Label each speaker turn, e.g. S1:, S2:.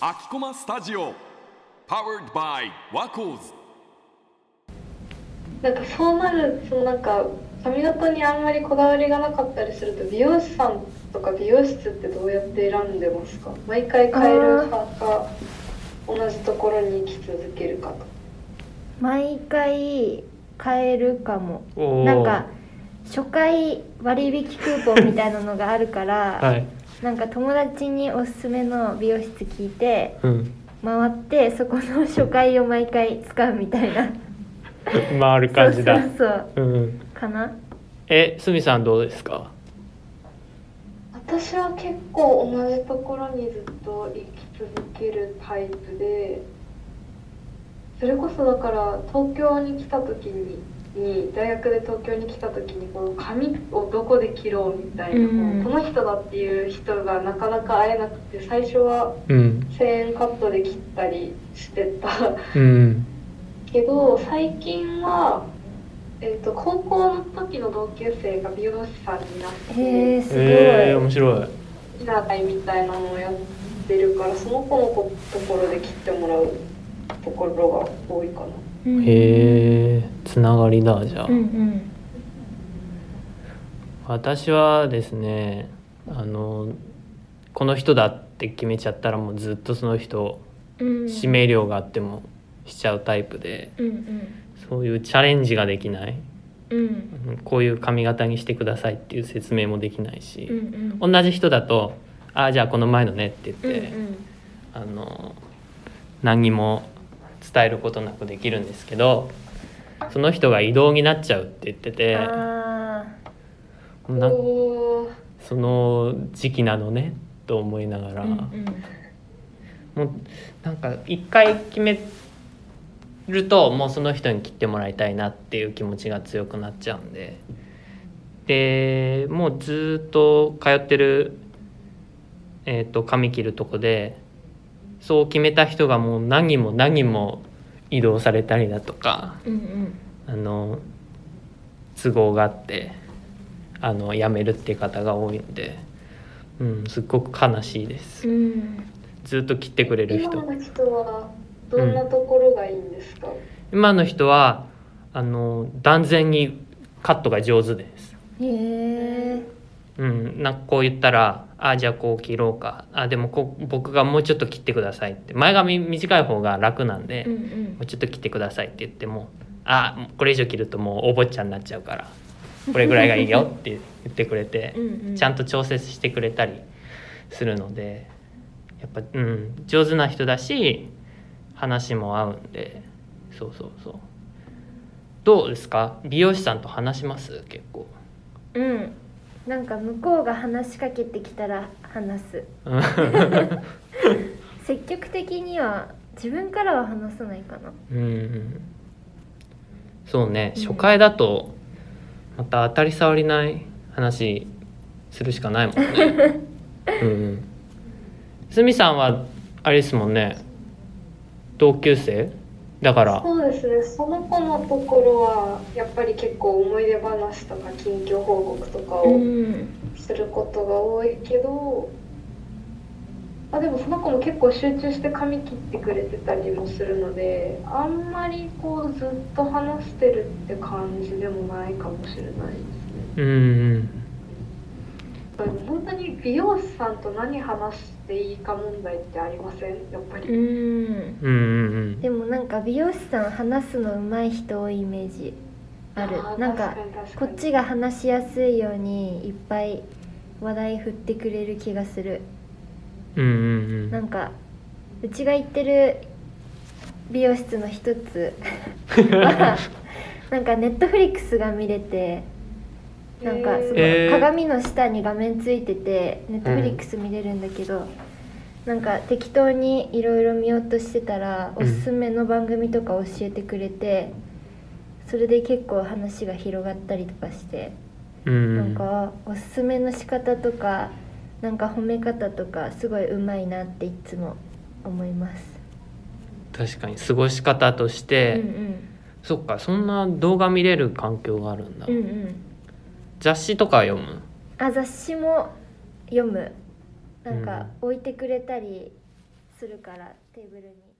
S1: アキコマスタジオ Powered by ワコーズ
S2: なんかそうなるそのなんか髪型にあんまりこだわりがなかったりすると美容師さんとか美容室ってどうやって選んでますか毎回変える派か同じところに行き続けるかと
S3: 毎回買えるかも
S4: おー
S3: なんか初回割引クーポンみたいなのがあるから
S4: はい
S3: なんか友達におすすめの美容室聞いて
S4: うん
S3: 回ってそこの初回を毎回使うみたいな
S4: 回る感じ だ
S3: そうそうそう
S4: うん
S3: かな
S4: えすみさんどうですか
S2: 私は結構同じところにずっと行き続けるタイプでそれこそだから東京に来た時にに大学で東京に来た時にこの髪をどこで切ろうみたいな、
S3: うん
S2: この人だっていう人がなかなか会えなくて最初は
S4: うん
S2: 1000円カットで切ったりしてた
S4: うん
S2: けど最近は、えっと高校の時の同級生が美容師さんになって。
S3: へえすごい、
S4: えー、面白い
S2: ひな会みたいなのをやってるからその子のこところで切ってもらうところが多いかな
S3: うん
S4: へえつながりだじゃあ、
S3: うんうん
S4: 私はですねあのこの人だって決めちゃったらもうずっとその人
S3: うん
S4: 指名料があってもしちゃうタイプで
S3: うん
S4: そういうチャレンジができない
S3: うんうん
S4: うんこういう髪型にしてくださいっていう説明もできないし
S3: う、んうん
S4: 同じ人だと「ああじゃあこの前のね」って言っ
S3: うんう
S4: て、
S3: ん
S4: あの何にも伝えることなくできるんですけどその人が異動になっちゃうって言ってて
S3: あ
S4: なん
S2: おー
S4: その時期なのねと思いながら、
S3: あうんうん
S4: もうなんか一回決めるともうその人に切ってもらいたいなっていう気持ちが強くなっちゃうんででもうずーっと通ってる、えー、と髪切るとこでそう決めた人がもう何人も何人も移動されたりだとか
S3: うんうん
S4: あの都合があってあの辞めるっていう方が多いので、うん、すっごく悲しいです。
S3: うん
S4: ずっと切ってくれる人
S2: 今の人はどんなところがいいんですか、
S4: 今の人はあの断然にカットが上手です、
S3: へえ
S4: うん、なんかこう言ったら「あじゃあこう切ろうかあでもこう僕がもうちょっと切ってください」って前髪短い方が楽なんで、
S3: うんう
S4: も
S3: ん
S4: うちょっと切ってくださいって言っても「あこれ以上切るともうお坊ちゃんになっちゃうからこれぐらいがいいよ」って言ってく れて
S3: うんうん
S4: ちゃんと調節してくれたりするのでやっぱ、うん、上手な人だし話も合うんでそうそうそうどうですか美容師さんと話します結 構
S3: うんなんか向こうが話しかけてきたら話す
S4: うん
S3: 積極的には自分からは話さないかな
S4: うんそうね
S3: うん
S4: 初回だとまた当たり障りない話するしかな いもんねうんすみさんはあれですもんね同級生だから
S2: そうですねその子のところはやっぱり結構思い出話とか近況報告とかを
S3: ん
S2: することが多いけど、あでもその子も結構集中して髪切ってくれてたりもするのであんまりこうずっと話してるって感じでもないかもしれないですね。
S4: うんうん
S2: 本当に美容師さんと何話していいか問題ってありませんやっぱり、
S3: うん
S4: うんうん
S3: でもなんか美容師さん話すの上手い人多いイメージあ
S2: ー
S3: るなんか
S2: 確に確
S3: こ
S2: かに
S3: っちが話しやすいようにいっぱい話題振ってくれる気がする
S4: うんうんう
S3: なんんかうちが行ってる美容室の一 つはなんかネットフリックスが見れてなんかすご
S4: え
S3: い
S4: ー
S3: 鏡の下に画面ついててネットフリックス見れるんだけど、なんか適当にいろいろ見ようとしてたら
S4: うん
S3: おすすめの番組とか教えてくれて、それで結構話が広がったりとかして、
S4: うん
S3: なんかおすすめの仕方とかなんか褒め方とかすごいうまいなっていつも思います。
S4: 確かに過ごし方とし
S3: うん
S4: て、
S3: うん
S4: そっかそんな動画見れる環境があるんだ、
S3: うんうん。
S4: 雑誌とか読む
S3: あ雑誌も読むなんか置いてくれたりするから、テーブルに。